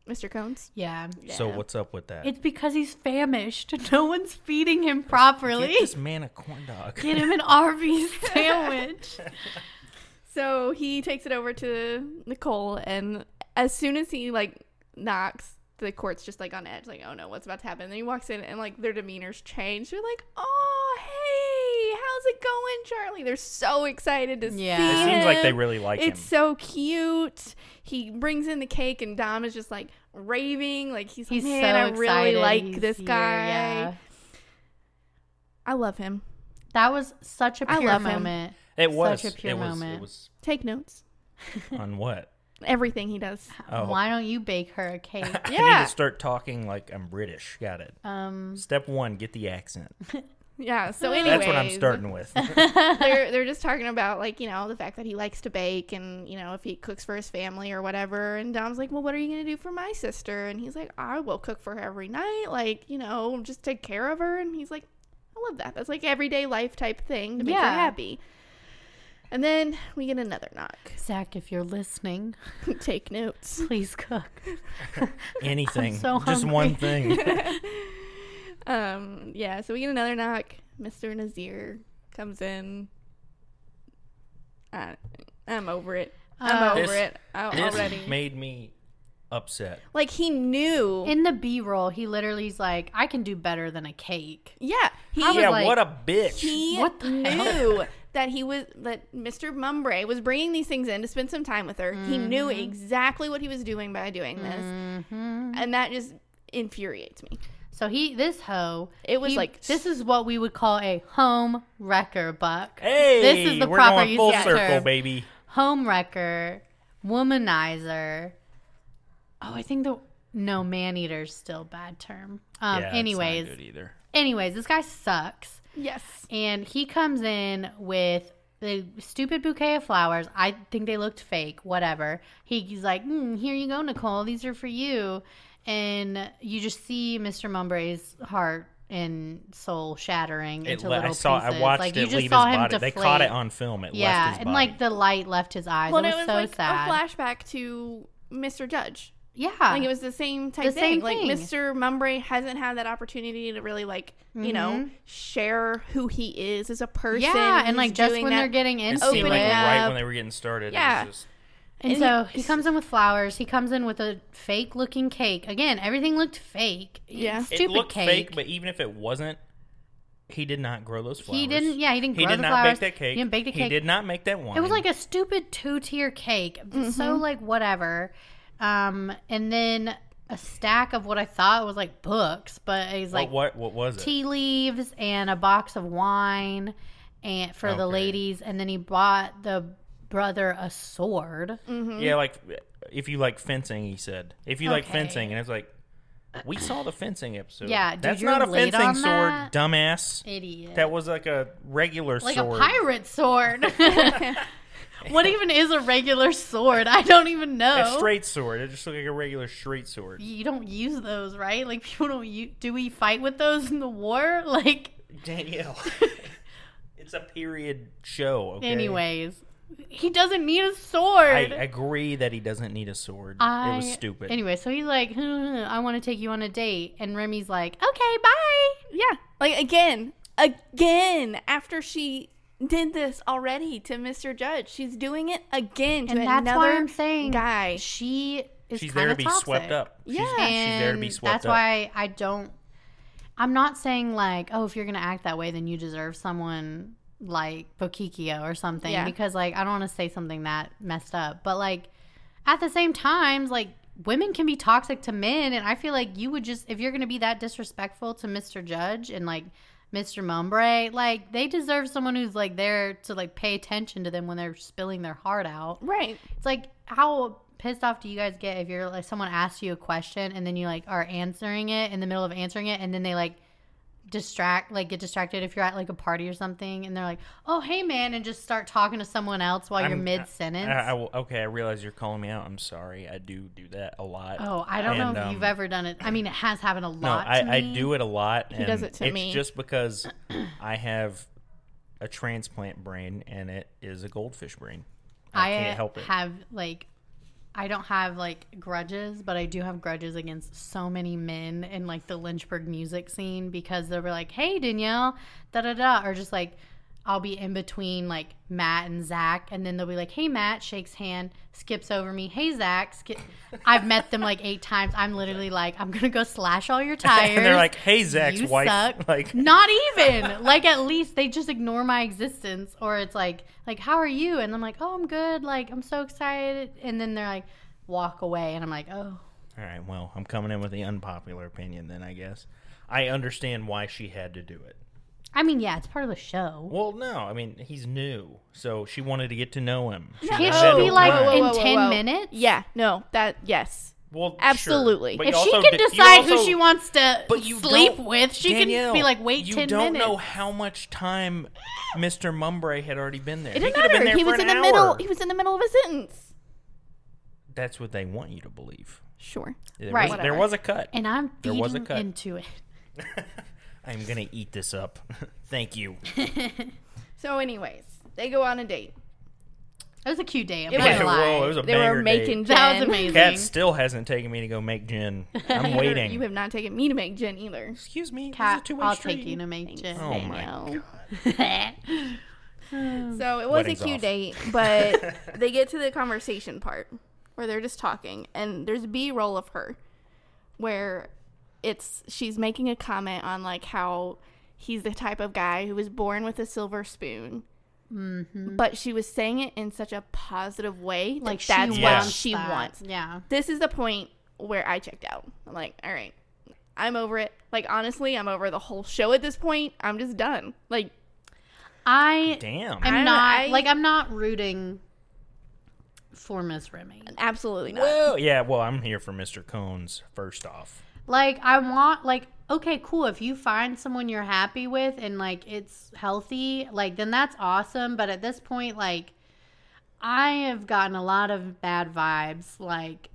Mr. Combs. Yeah. So Yeah. what's up with that? It's because he's famished. No one's feeding him properly. Get this man a corn dog. Get him an Arby's sandwich. So he takes it over to Nicole, and as soon as he like knocks, the court's just like on edge, like, oh no, what's about to happen? And then he walks in, and like their demeanors change. They're like, oh hey, how's it going, Charlie? They're so excited to Yeah. see It seems like they him. really like It's him. so cute. He brings in the cake, and Dom is just like raving. Like he's, He's like, man, so I really excited like he's this here, guy. yeah. I love him. That was such a I pure love him. moment. It was. such a pure it was. moment. It was Take notes. on what? Everything he does. Oh. Why don't you bake her a cake? I need Yeah. to start talking like I'm British. Got it. Um, Step one: get the accent. Yeah. So anyway, That's what I'm starting with. they're they're just talking about like you know the fact that he likes to bake and you know if he cooks for his family or whatever and Dom's like well what are you gonna do for my sister and he's like I will cook for her every night like you know just take care of her and he's like I love that that's like everyday life type thing to make Yeah. her happy and then we get another knock Zach, if you're listening, take notes please cook. Anything. so Just one thing. um yeah so we get another knock Mr Nazir comes in I, I'm over it I'm Uh, over This- it I, this already. made me upset. Like he knew. In the B roll, he literally's like, "I can do better than a cake." yeah, he I was Yeah, like, what a bitch. he What the knew that he was that Mr. Mumbray was bringing these things in to spend some time with her. He knew Mm-hmm. exactly what he was doing by doing this, and that just infuriates me. So he, this hoe, It was he- like- this is what we would call a home wrecker buck. hey, this is the we're proper going full use of the circle, term. baby. Home wrecker, womanizer. Oh, I think the no man eater's still a bad term. Um, Yeah, it's not good anyways, either. anyways, this guy sucks. Yes, and he comes in with the stupid bouquet of flowers. I think they looked fake, whatever. He, he's like, mm, "Here you go, Nicole. These are for you." And you just see Mr. Mumbray's heart and soul shattering It into le- little I saw. pieces. I watched like it you just leave saw his him body. deflate. They caught it on film. It Yeah, left his and body. like the light left his eyes. well, it and was, it was so like sad. a flashback to Mr. Judge. Yeah, Like it was the same type The thing. same Like thing. Mr. Mumbray hasn't had that opportunity to really like you know share who he is as a person. Mm-hmm. yeah, and like He's just doing when that- they're getting it into seemed it, like opening right up. when they were getting started. Yeah. It was just, And, And so he- he comes in with flowers. He comes in with a fake looking cake. Again, everything looked fake. Yeah. It Stupid it looked cake. fake, but even if it wasn't, he did not grow those flowers. he didn't yeah, he didn't He grow did the not flowers. make that cake. He didn't bake the cake. He did not make that wine. It was like a stupid two tier cake. So Mm-hmm. like whatever. Um and then a stack of what I thought was like books, but it's like what, what? What was it? tea leaves and a box of wine and for the Okay. ladies and then he bought the brother a sword. Mm. Yeah, like if you like fencing, he said. If you like Mm-hmm. Okay. fencing, and it's like, We saw the fencing episode. Yeah, dude, that's you're not a late fencing on sword, that. dumbass. Idiot. That was like a regular like a sword. pirate sword. what even is a regular sword? I don't even know. A straight sword. It just looked like a regular straight sword. you don't use those, right? Like people don't use. Do we fight with those in the war? Like, Danielle. it's a period show. Okay? anyways, he doesn't need a sword. I agree that he doesn't need a sword. it was I- stupid. Anyway, so he's like, "Hmm, I want to take you on a date, and Remy's like, okay, bye. Yeah. Like again, again after she did this already to Mr. Judge, she's doing it again to And that's another why I'm saying guy. she is She's there kind to of be toxic. swept up. She's, Yeah. she's there to be And swept that's up. why I don't. I'm not saying like, oh, if you're gonna act that way, then you deserve someone like Bokikio or something. Yeah. Because like, I don't want to say something that messed up, but like, at the same times, like women can be toxic to men, and I feel like you would just if you're gonna be that disrespectful to Mr. Judge and like. Mr. Mumbre, like they deserve someone who's like there to like pay attention to them when they're spilling their heart out. Right. It's like how pissed off do you guys get if you're like someone asks you a question and then you like are answering it in the middle of answering it and then they like distract like get distracted if you're at like a party or something and they're like oh hey man and just start talking to someone else while you're I'm- uh, mid I- I sentence will- okay, I realize you're calling me out. I'm sorry. I do do that a lot. oh i don't know And, if um, you've ever done it i mean it has happened a No, lot I, to I me. do it a lot. And does it to it's me. just because I have a transplant brain and it is a goldfish brain. I, can't help it. have like I don't have like grudges, but I do have grudges against so many men in like the Lynchburg music scene because they were like, "Hey Danielle, da da da," or just like I'll be in between like Matt and Zach, and then they'll be like, "Hey Matt," shakes hand, skips over me. "Hey Zach," skip. I've met them like eight times. I'm literally like, "I'm gonna go slash all your tires." and they're like, "Hey, Zach's you wife." suck. Like, Not even. like at least they just ignore my existence or it's like like how are you? And I'm like, "Oh, I'm good. Like I'm so excited." And then they're like walk away and I'm like, "Oh, all right, well, I'm coming in with the unpopular opinion then. I guess I understand why she had to do it. I mean, yeah, it's part of the show." Well, no, I mean he's new, so she wanted to get to know him. She Can't wanted she to be like learn. in 10 minutes? Yeah. No. That yes. Well, sure, Absolutely. but If you she also can di- you decide who also- she wants to but you sleep don't- with, she Danielle, can be like, "Wait 10 You don't minutes." know how much time Mr. Mumbray had already been there. It he didn't could have been there matter. He for was in an hour. the middle. He was in the middle of a sentence. That's what they want you to believe. Sure. There Right. Was, there was a cut. and I'm There was a feeding cut. into it. I'm gonna eat this up. Thank you. So, anyways, they go on a date. That was a cute day. I'm It not gonna was. lie. Whoa, it was a They banger were date. making gin. that was amazing. Cat still hasn't taken me to go make gin. I'm waiting. You have not taken me to make gin either. Excuse me. this is a Cat, two-way I'll street. take you to make gin. Oh I my know. yeah, So it was Wedding's a cute off. date, but they get to the conversation part where they're just talking, and there's B roll of her where it's she's making a comment on like how he's the type of guy who was born with a silver spoon. But she was saying it in such a positive way, that Like she that's what wants she that. wants. This is the point where I checked out. I'm like, all right, I'm over it. Like honestly, I'm over the whole show at this point. I'm just done. Like I Damn. I'm I- not I- like I'm not rooting for Miss Remy. absolutely not. Well, yeah. Well, I'm here for Mr. Cones. First off, Like I want like okay, cool. If you find someone you're happy with and like it's healthy, like then that's awesome. But at this point, like I have gotten a lot of bad vibes. Like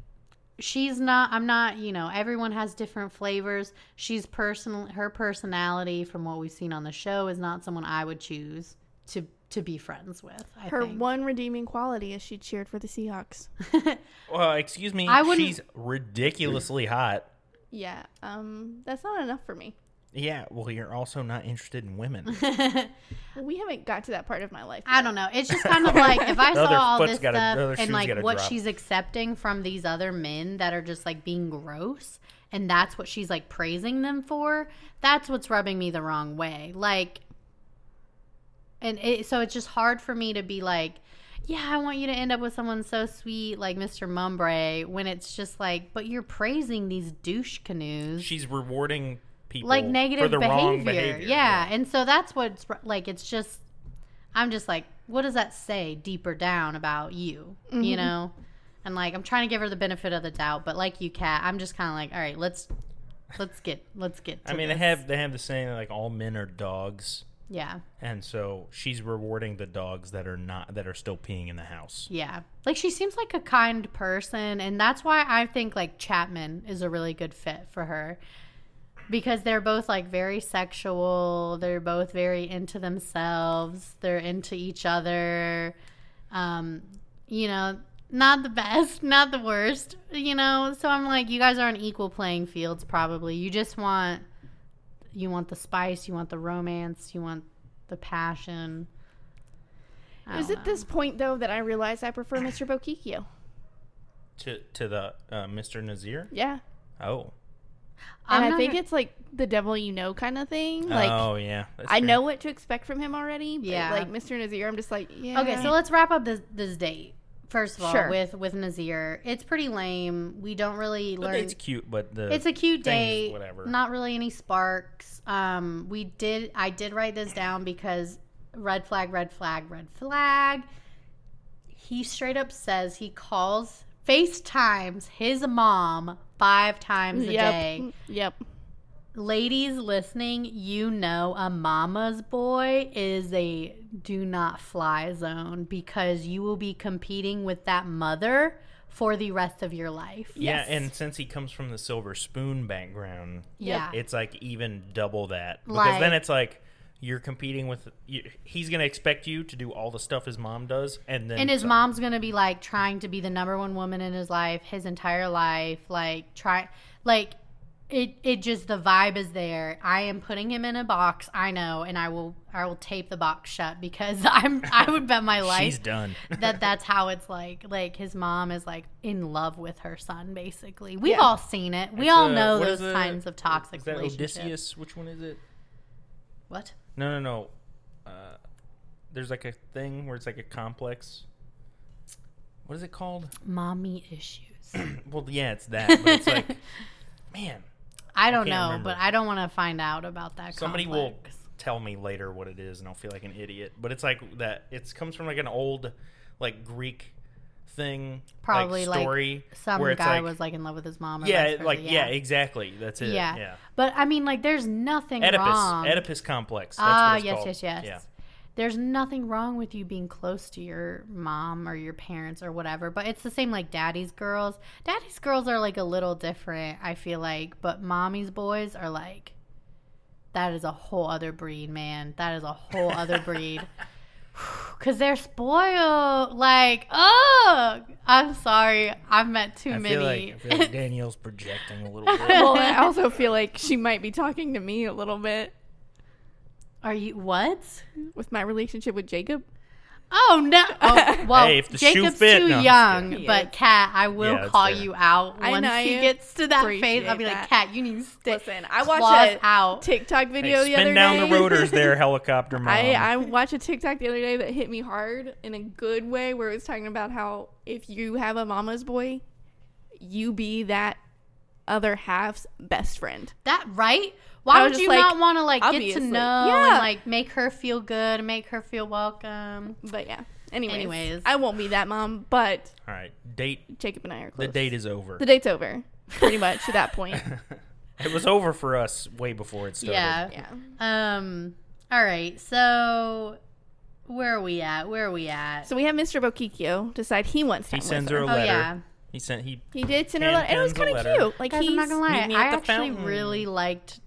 she's not I'm not, you know, everyone has different flavors. She's personal her personality from what we've seen on the show is not someone I would choose to to be friends with. I Her think. one redeeming quality is she cheered for the Seahawks. well, excuse me. I wouldn't- She's ridiculously hot. yeah, um, that's not enough for me. Yeah. Well, you're also not interested in women. We haven't got to that part of my life. I don't know. It's just kind of like if I The other saw all foot's this gotta- the other stuff and shoe's like gotta what drop. she's accepting from these other men that are just like being gross, and that's what she's like praising them for. That's what's rubbing me the wrong way. Like, and it, so it's just hard for me to be like, yeah, I want you to end up with someone so sweet like Mr. Mumbray when it's just like, but you're praising these douche canoes She's rewarding people like for negative the behavior. wrong behavior. Yeah. and so that's what's like. It's just, I'm just like, what does that say deeper down about you? You know, and like I'm trying to give her the benefit of the doubt, but like you, Kat, I'm just kind of like, all right, let's Let's get let's get. To I mean, this. they have they have the saying like all men are dogs, yeah, and so she's rewarding the dogs that are not that are still peeing in the house. yeah. Like she seems like a kind person, and that's why I think like Chapman is a really good fit for her because they're both like very sexual. They're both very into themselves. They're into each other. Um, you know, not the best, not the worst. You know, so I'm like, you guys are on equal playing fields. Probably you just want you want the spice, you want the romance, you want the passion. I It was don't at know. this point though that I realized I prefer Mr. Bokikyo. To to the uh, Mr. Nazir. Yeah, Oh, I'm and I not think gonna- it's like the devil you know kind of thing. Like oh yeah. That's I true. know what to expect from him already. But Yeah. like Mr. Nazir, I'm just like yeah. Okay, so let's wrap up this this date. First of all, Sure. with with Nazir, it's pretty lame. We don't really The learn. date's cute, but the it's a cute things, date. whatever. Not really any sparks. Um, we did. I did write this down because red flag, red flag, red flag. He straight up says he calls FaceTimes his mom five times a yep, day. yep. Ladies listening, you know a mama's boy is a do not fly zone because you will be competing with that mother for the rest of your life. yeah, yes. and since he comes from the silver spoon background, Yeah. it's like even double that because Like- then it's like you're competing with you, he's gonna expect you to do all the stuff his mom does and then And his some. mom's going to be like trying to be the number one woman in his life his entire life, like try like it it just the vibe is there. I am putting him in a box, I know, and I will I will tape the box shut because I'm I would bet my life she's done that that's how it's like. Like his mom is like in love with her son, basically. We've Yeah. all seen it. We It's, all uh, know what those is it? kinds of toxic is that relationships. odysseus which one is it What? no no no uh, there's like a thing where it's like a complex what is it called Mommy issues. well yeah it's that but it's like man I don't can't know, remember. but I don't want to find out about that. somebody complex. will tell me later what it is and i'll feel like an idiot but it's like that it comes from like an old like greek thing Probably, like like, story Some where guy it's like, was like in love with his mom. Or yeah vice it- versa. like yeah. exactly that's it yeah, yeah, But I mean, like, there's nothing oedipus wrong. oedipus complex that's Ah, what it's yes, called. yes, yes, yeah There's nothing wrong with you being close to your mom or your parents or whatever, but it's the same like daddy's girls. Daddy's girls are like a little different, I feel like, but mommy's boys are like that is a whole other breed, man. That is a whole other breed. Cause they're spoiled. Like, oh, I'm sorry, I've met too many. danielle's projecting a little bit well, I also feel like she might be talking to me a little bit are you what? with my relationship with Jacob. Oh no! Oh, well, Hey, if the shoe Jacob's fit- too no, I'm just young, kidding. but Kat, I will Yeah, it's call fair. you out I once know he you gets to that phase. appreciate I'll be like, that. Kat, you need to stick Listen, I watched claws a out. TikTok video hey, the other spin down day. the rotors there helicopter mom Um, I, I watched a TikTok the other day that hit me hard in a good way where it was talking about how if you have a mama's boy, you be that other half's best friend. that right? Why I would was just you like, not want to like get obviously. to know Yeah. and like make her feel good, and make her feel welcome? But yeah. Anyways, Anyways. I won't be that mom, but all right date Jacob and I are the close. date is over The date's over, pretty much at that point. it was over for us way before it started Yeah. Yeah. Um. All right. So where are we at? Where are we at? So we have Mr. Bokikyo decide he wants time he sends with her a her. oh letter yeah. he sent he He did send her a Hand letter. and It was pens a kind of letter. cute. Like Guys, he's, I'm not gonna lie. Meet me I at the actually fountain. really liked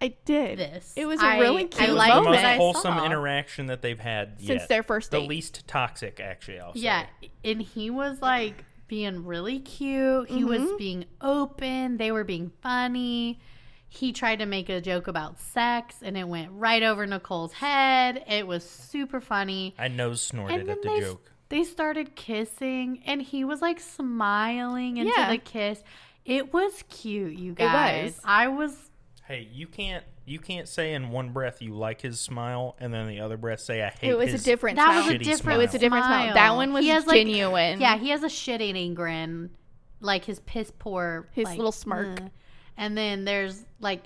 I did. this. It was a I- really I cute liked the what most moment. I wholesome saw. interaction that they've had since yet. their first the date. least toxic actually also Yeah, and he was like being really cute. He was Mm-hmm. being open. They were being funny. He tried to make a joke about sex, and it went right over Nicole's head. It was super funny. i nose snorted And at then the they- joke They started kissing, and he was like smiling into Yeah. the kiss. It was cute, you was. guys. I was hey you can't you can't say in one breath you like his smile and then the other breath say i hate it was a his different that was smile. a Shitty different. smile. It was a different smile. That one was He has, like- genuine. Yeah, he has a shit eating grin, like his piss poor, His like, little smirk. "Ugh." and then there's like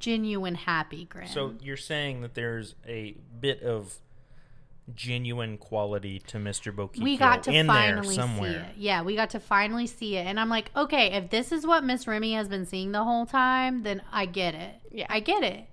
genuine happy grin. so you're saying that there's a bit of genuine quality to Mr. Bokikyo we got to in there finally see somewhere. it. Yeah, we got to finally see it. And I'm like, okay, if this is what Miss Remy has been seeing the whole time, then I get it. Yeah. I get it.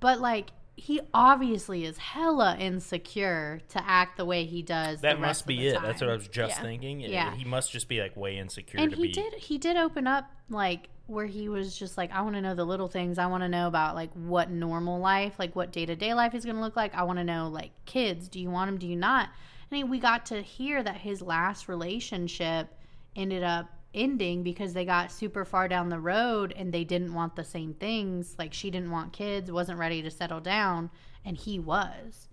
But like, he obviously is hella insecure to act the way he does. That the rest must of be the it. That's time. what I was just Yeah. thinking. It- Yeah. He must just be like way insecure and to he be. did he did open up like where he was just like i want to know the little things i want to know about like what normal life like what day-to-day life is going to look like i want to know like kids do you want them do you not and he- we got to hear that his last relationship ended up ending because they got super far down the road and they didn't want the same things like she didn't want kids wasn't ready to settle down and he was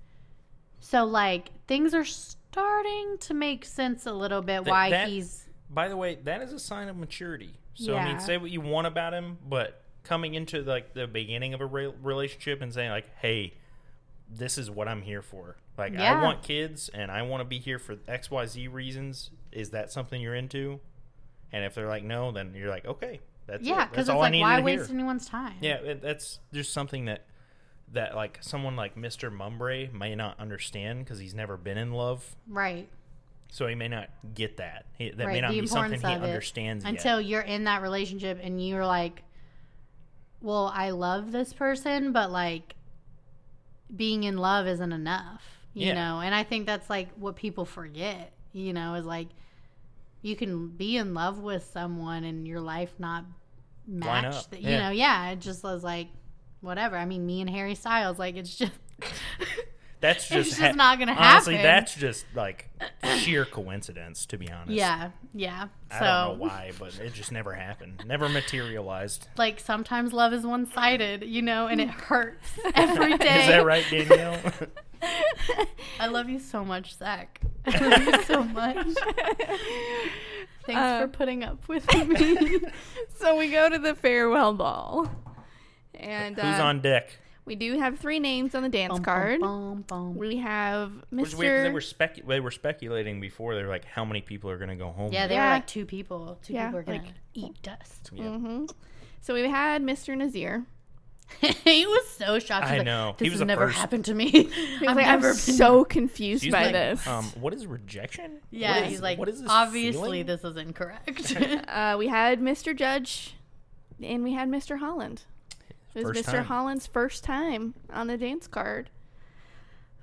so like things are starting to make sense a little bit Th- why that- he's By the way, that is a sign of maturity. So I Yeah. mean, say what you want about him, but coming into like the beginning of a re- relationship and saying like, "Hey, this is what I'm here for. Like, Yeah. I want kids, and I want to be here for X, Y, Z reasons. Is that something you're into?" And if they're like, "No," then you're like, "Okay, that's Yeah, it. because it's that's all I like, needed why to hear." waste anyone's time? Yeah, it, that's there's something that that like someone like Mr. Mumbre may not understand because he's never been in love, Right. so he may not get that. He, that may Right, not the be something importance he of it understands yet. Until you're in that relationship and you're like, well, I love this person, but like being in love isn't enough, you Yeah. know? And I think that's like what people forget, you know, is like you can be in love with someone and your life not Line match up, that, you yeah. know? Yeah. It just was like, whatever. I mean, me and Harry Styles, like, it's just. That's just, It's just not gonna honestly, happen. that's just like sheer coincidence, to be honest. Yeah, yeah. I so don't know why, but it just never happened. Never materialized. like sometimes love is one sided, you know, and it hurts every day. Is that right, Danielle? I love you so much, Zach. I love you so much. Thanks for Uh, putting up with me. so we go to the farewell ball. And Who's uh, on deck? we do have three names on the dance Bum, card. bum, bum, bum. We have Which is weird 'cause Mr. they were specu- they were speculating before. They were like, how many people are going to go home? Yeah, Mm, there Yeah. were like two people. Two Yeah, people are gonna like- eat dust. Yeah. hmm So we had Mr. Nazir. he was so shocked. He's I like, know. He This was has the never first- happened to me. He was I've like, never I'm been- so confused She's by like, this. Um, what is rejection? Yeah, What is- he's like, what is this obviously feeling?" this is incorrect. Uh, we had Mr. Judge, and we had Mr. Holland. It was First Mr. time. Holland's first time on the dance card.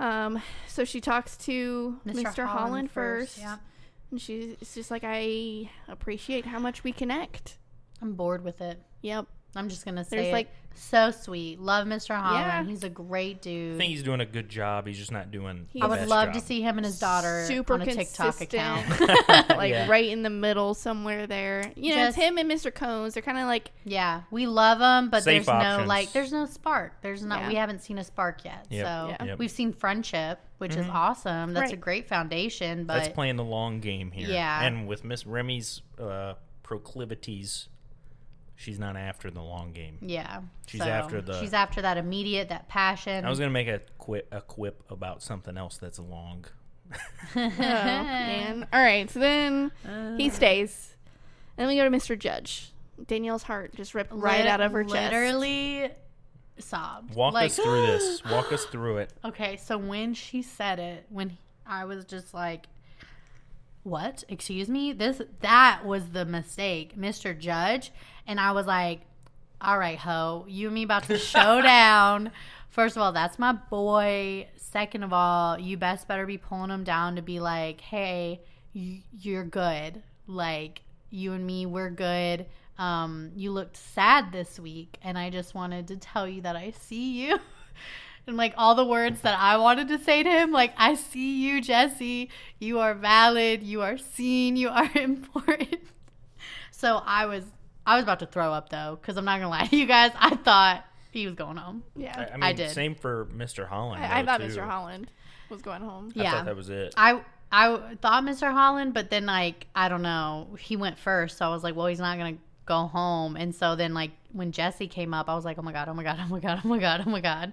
Um, so she talks to Mr. Holland, first, Yeah, and she's it's just like, "I appreciate how much we connect." I'm bored with it. Yep. I'm just gonna say There's it. like- so sweet. Love Mr. Holland. Yeah. He's a great dude. I think he's doing a good job. He's just not doing. He- the I would best love to job. see him and his daughter Super on a TikTok account. consistent. like Yeah. right in the middle somewhere there. You know, Just- it's him and Mr. Cones. They're kind of like, yeah, we love him, but there's Safe no options. like, there's no spark. There's not. Yeah. We haven't seen a spark yet. So Yep. Yeah. Mm-hmm. Yep. we've seen friendship, which is awesome. That's a Right. great foundation. But That's playing the long game here. Yeah. And with Miss Remy's uh, proclivities, she's not after the long game. yeah, She's after the- She's after that immediate, that passion. I was gonna make a quip a quip about something else that's long. oh, man. All right. So then Uh. he stays, and we go to Mr. Judge. Danielle's heart just ripped right Lit- out of her chest. literally sobbed. Walk like, us through this. Walk us through it. Okay, so when she said it, when he- I was just like, "What? Excuse me? This that was the mistake, Mr. Judge." And I was like, "All right, ho, you and me about to show down. First of all, that's my boy. Second of all, you best better be pulling him down to be like, "Hey, y- you're good. Like you and me, we're good." Um, you looked sad this week, and I just wanted to tell you that I see you. and like all the words that I wanted to say to him, like, I see you, Jesse. You are valid. You are seen. You are important. So I was, I was about to throw up though, because I'm not gonna lie to you guys. I thought he was going home. Yeah. I, I mean, did. same for Mr. Holland. I, I though, thought too. Mr. Holland was going home. I yeah, thought that was it. I I thought Mr. Holland, but then like I don't know, he went first, so I was like, well, he's not gonna go home. And so then like when Jesse came up, I was like, oh my god, oh my god, oh my god, oh my god, oh my god.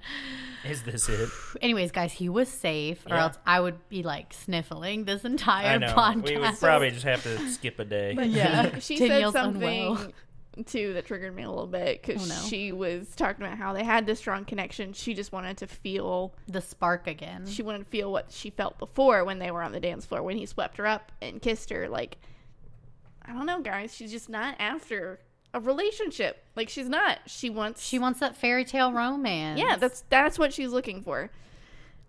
Is this it? Anyways, guys, he was safe, or Yeah. else I would be like sniffling this entire I know. podcast. We would probably just have to skip a day. yeah, She Danielle's said something. unwell. too that triggered me a little bit because Oh, no. she was talking about how they had this strong connection. She just wanted to feel The spark again. she wanted to feel what she felt before when they were on the dance floor when he swept her up and kissed her. Like I don't know, guys. She's just not after a relationship. Like she's not. She wants. She wants that fairy tale romance. yeah, that's that's what she's looking for.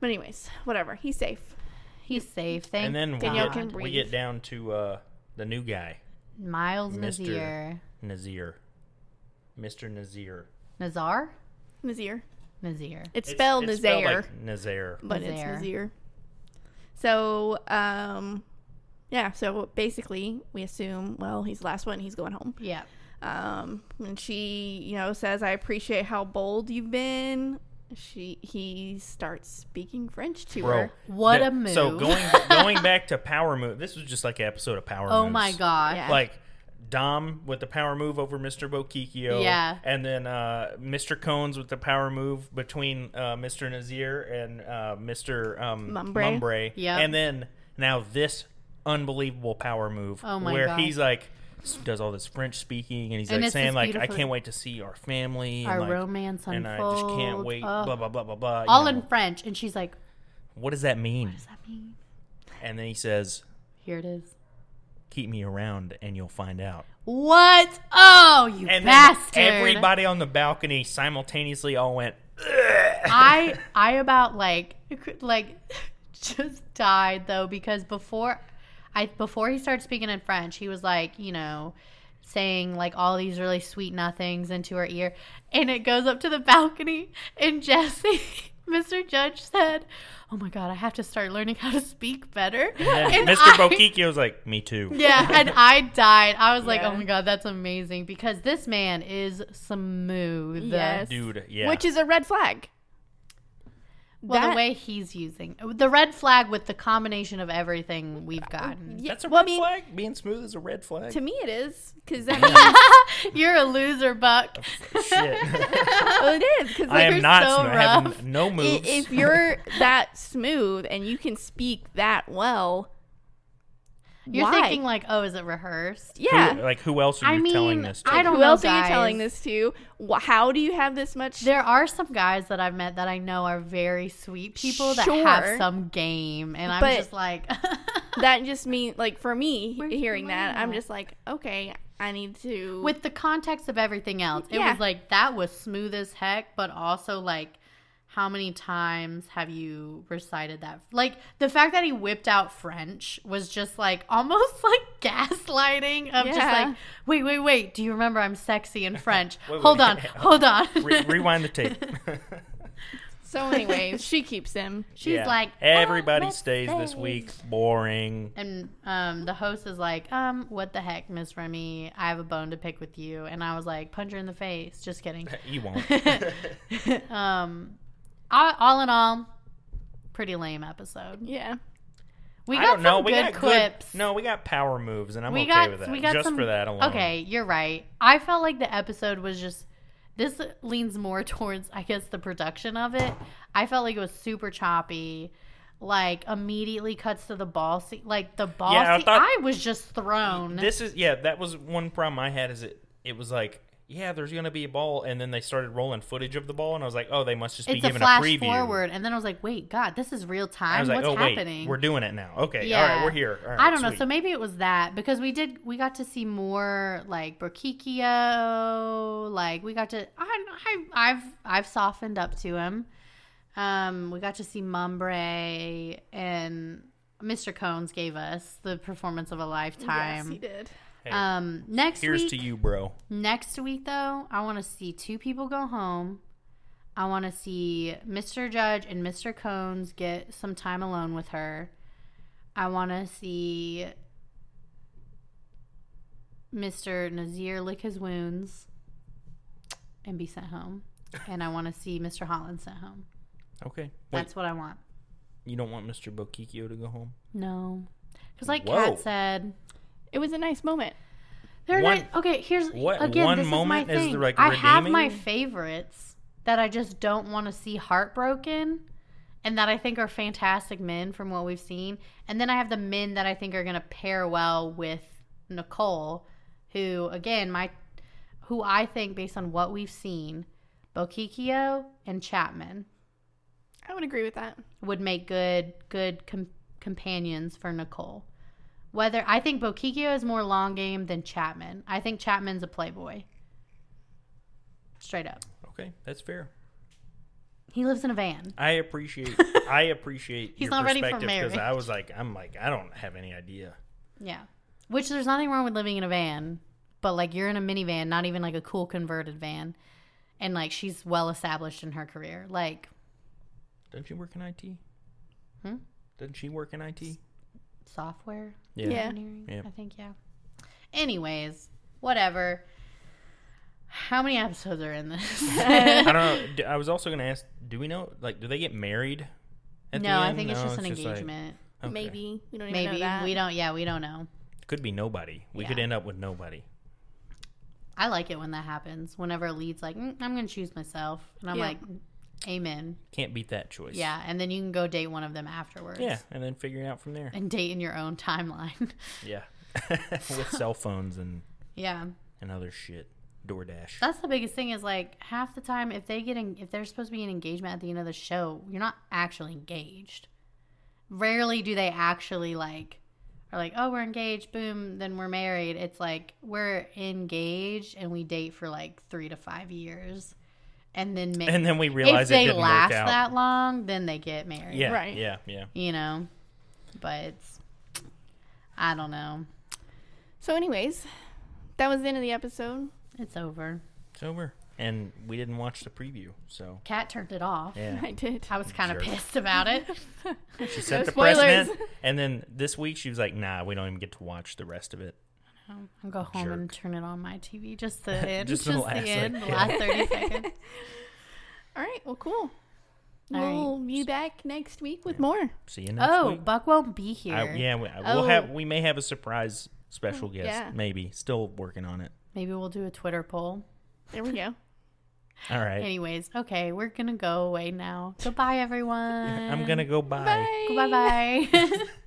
But anyways, whatever. He's safe. he's safe. Thank and then we Danielle God. can get, we breathe. get down to uh, the new guy, Miles Mr. Nazir. Nazir. Mr. Nazir. Nazar? Nazir. Nazir. It's It's- spelled it's Nazir. like Nazir. but it's Nazir. Nazir. So, um, yeah. So basically, we assume well, he's the last one. He's going home. Yeah. Um, and she, you know, says, "I appreciate how bold you've been." She he starts speaking French to Bro, her. What that- a So move. going going back to power move, this was just like an episode of Power. Oh Moves. my god. Yeah. Like Dom with the power move over Mr. Bokikio. Yeah. And then uh, Mr. Cones with the power move between uh, Mr. Nazir and uh, Mr. Um, Mumbre. Yeah. And then now this unbelievable power move Oh my where God. he's like does all this French speaking and he's And like it's saying this like I beautiful- can't wait to see our family Our and, like, romance and I just can't unfold. wait Oh. blah blah blah blah blah you All know. in French. And she's like, what does that mean What does that mean? and then he says Here it is. keep me around and you'll find out What? Oh, you and then bastard. everybody on the balcony simultaneously all went I I about like like just died though because before I before he started speaking in French, he was like, you know, saying like all these really sweet nothings into her ear and it goes up to the balcony and Jesse Mr. Judge said, "Oh my god, I have to start learning how to speak better." and And Mr. I- Bokikio was like me too yeah, and I died. I was like, Yeah. "Oh my god, that's amazing!" Because this man is smooth. Yes. dude yeah Which is a red flag. Well, That- the way he's using the red flag with the combination of everything we've gotten. Oh, Um, Yeah, that's a red well, I mean, flag being smooth is a red flag To me, it is because that means You're a loser, Buck. shit oh, it is because I like, am you're not so smooth. I have rough. n- no i- moves if you're that smooth and you can speak that well, You're why? thinking like, oh, is it rehearsed? yeah. Who- like who else are I you telling mean, this to? I don't- Who know, else are you guys. telling this to? Wh- How do you have this much? There are some guys that I've met that I know are very sweet people that Sure. have some game, and I'm But- just like, that just mean like for me Where's hearing the that, I'm lineup? just like, okay, I need to. with the context of everything else, it Yeah. was like that was smooth as heck, but also like. How many times have you recited that? Like the fact that he whipped out French was just like almost like gaslighting of just Yeah. like, wait, wait, wait. Do you remember I'm sexy in French? Wait, hold wait. on, hold on. Re- rewind the tape. so, anyways, she keeps him. She's Yeah. like, everybody "Ah, Miss stays this Faye." week. Boring. And um, the host is like, um, what the heck, Miss Remy? I have a bone to pick with you. And I was like, punch her in the face. Just kidding. You won't. um, all, all in all, pretty lame episode. Yeah. We I got don't some know. good we got quips. good. No, we got power moves, and I'm we okay got with that. we got just some, for that alone. Okay, you're right. I felt like the episode was just. This leans more towards, I guess, the production of it. I felt like it was super choppy. Like immediately cuts to the ball scene. Like the ball Yeah, I scene, thought- I was just thrown. This is yeah. That was one problem I had. Is it? It was like yeah, there's gonna be a ball, and then they started rolling footage of the ball, and I was like, oh, they must just be it's a giving flash preview. forward, and then I was like, "Wait, God, this is real I time. was like, What's oh happening?" wait, we're doing it now. Okay, all Yeah. right, we're here. All right, I don't know. sweet. So maybe it was that because we did we got to see more like Burkikio. Like we got to I, I I've I've softened up to him. Um, we got to see Mumbre and Mr. Cones gave us the performance of a Yes, lifetime. he did. Um, next Here's week, to you, bro. Next week, though, I want to see two people go home. I want to see Mr. Judge and Mr. Cones get some time alone with her. I want to see Mr. Nazir lick his wounds and be sent home. And I want to see Mr. Holland sent home. Okay. Wait, That's what I want. you don't want Mr. Bokikio to go home? No. Because, like Whoa. Kat said, It was a nice moment. They're One- not okay. Here's what again. one this moment is is my thing. the, like, I have my redeeming? favorites that I just don't want to see heartbroken, and that I think are fantastic men from what we've seen. And then I have the men that I think are going to pair well with Nicole, who again my who I think, based on what we've seen, Bokikio and Chapman I would agree with that. would make good good com- companions for Nicole. Whether I think Bokikio is more long game than Chapman. I think Chapman's a playboy. Straight up. Okay, that's fair. He lives in a van. I appreciate I appreciate He's your not ready for perspective because I marriage. was like I'm like I don't have any idea. Yeah. Which there's nothing wrong with living in a van, but like you're in a minivan, not even like a cool converted van. And like she's well established in her career. Like Doesn't she work in IT? Hmm? Doesn't she work in IT? software Yeah. engineering, Yep. I think, yeah. Anyways, whatever. How many episodes are in this? I don't know. d- I was also going to ask, do we know like do they get married? at the no, I end? think it's No, just an like- engagement. okay. Maybe we don't even know Maybe that. we don't. Yeah, we don't know. could be nobody. We could Yeah. end up with nobody. I like it when that happens. Whenever a lead's like, mm, "I'm going to choose myself," and I'm Yeah. like, "Amen." Can't beat that choice. Yeah, and then you can go date one of them afterwards. Yeah, and then figure it out from there. and date in your own timeline. Yeah. with cell phones and yeah, and other shit. DoorDash. that's the biggest thing. Is like half the time if they get in, if there's supposed to be an engagement at the end of the show, you're not actually engaged. Rarely do they actually like are like, "Oh, we're engaged. Boom, then we're married." It's like we're engaged and we date for like three to five years, and then ma- and then we if realize it they didn't last work out. that long, then they get married. yeah. Right. Yeah, yeah. you know, but it's, I don't know. So, anyways, that was the end of the episode. It's over. It's over. And we didn't watch the preview, so Kat turned it off. yeah. I did. I was kind of Jerk. pissed about it. She set No the spoilers. precedent, and then this week she was like, "Nah, we don't even get to watch the rest of it." Um, I'll go home and turn it on my TV. Just the end. Just just, the the, last, like, end. the yeah. last 30 seconds. All right. Well, cool. All right. we'll be back next week with more. See you next Oh, week. Buck won't be here. I, yeah, we, we'll Oh. Mm, have we may have a surprise special guest, yeah. maybe. Still working on it. Maybe we'll do a Twitter poll. There we go. All right, Anyways, okay, we're going to go away now. Goodbye, everyone. I'm gonna go buy. Bye bye.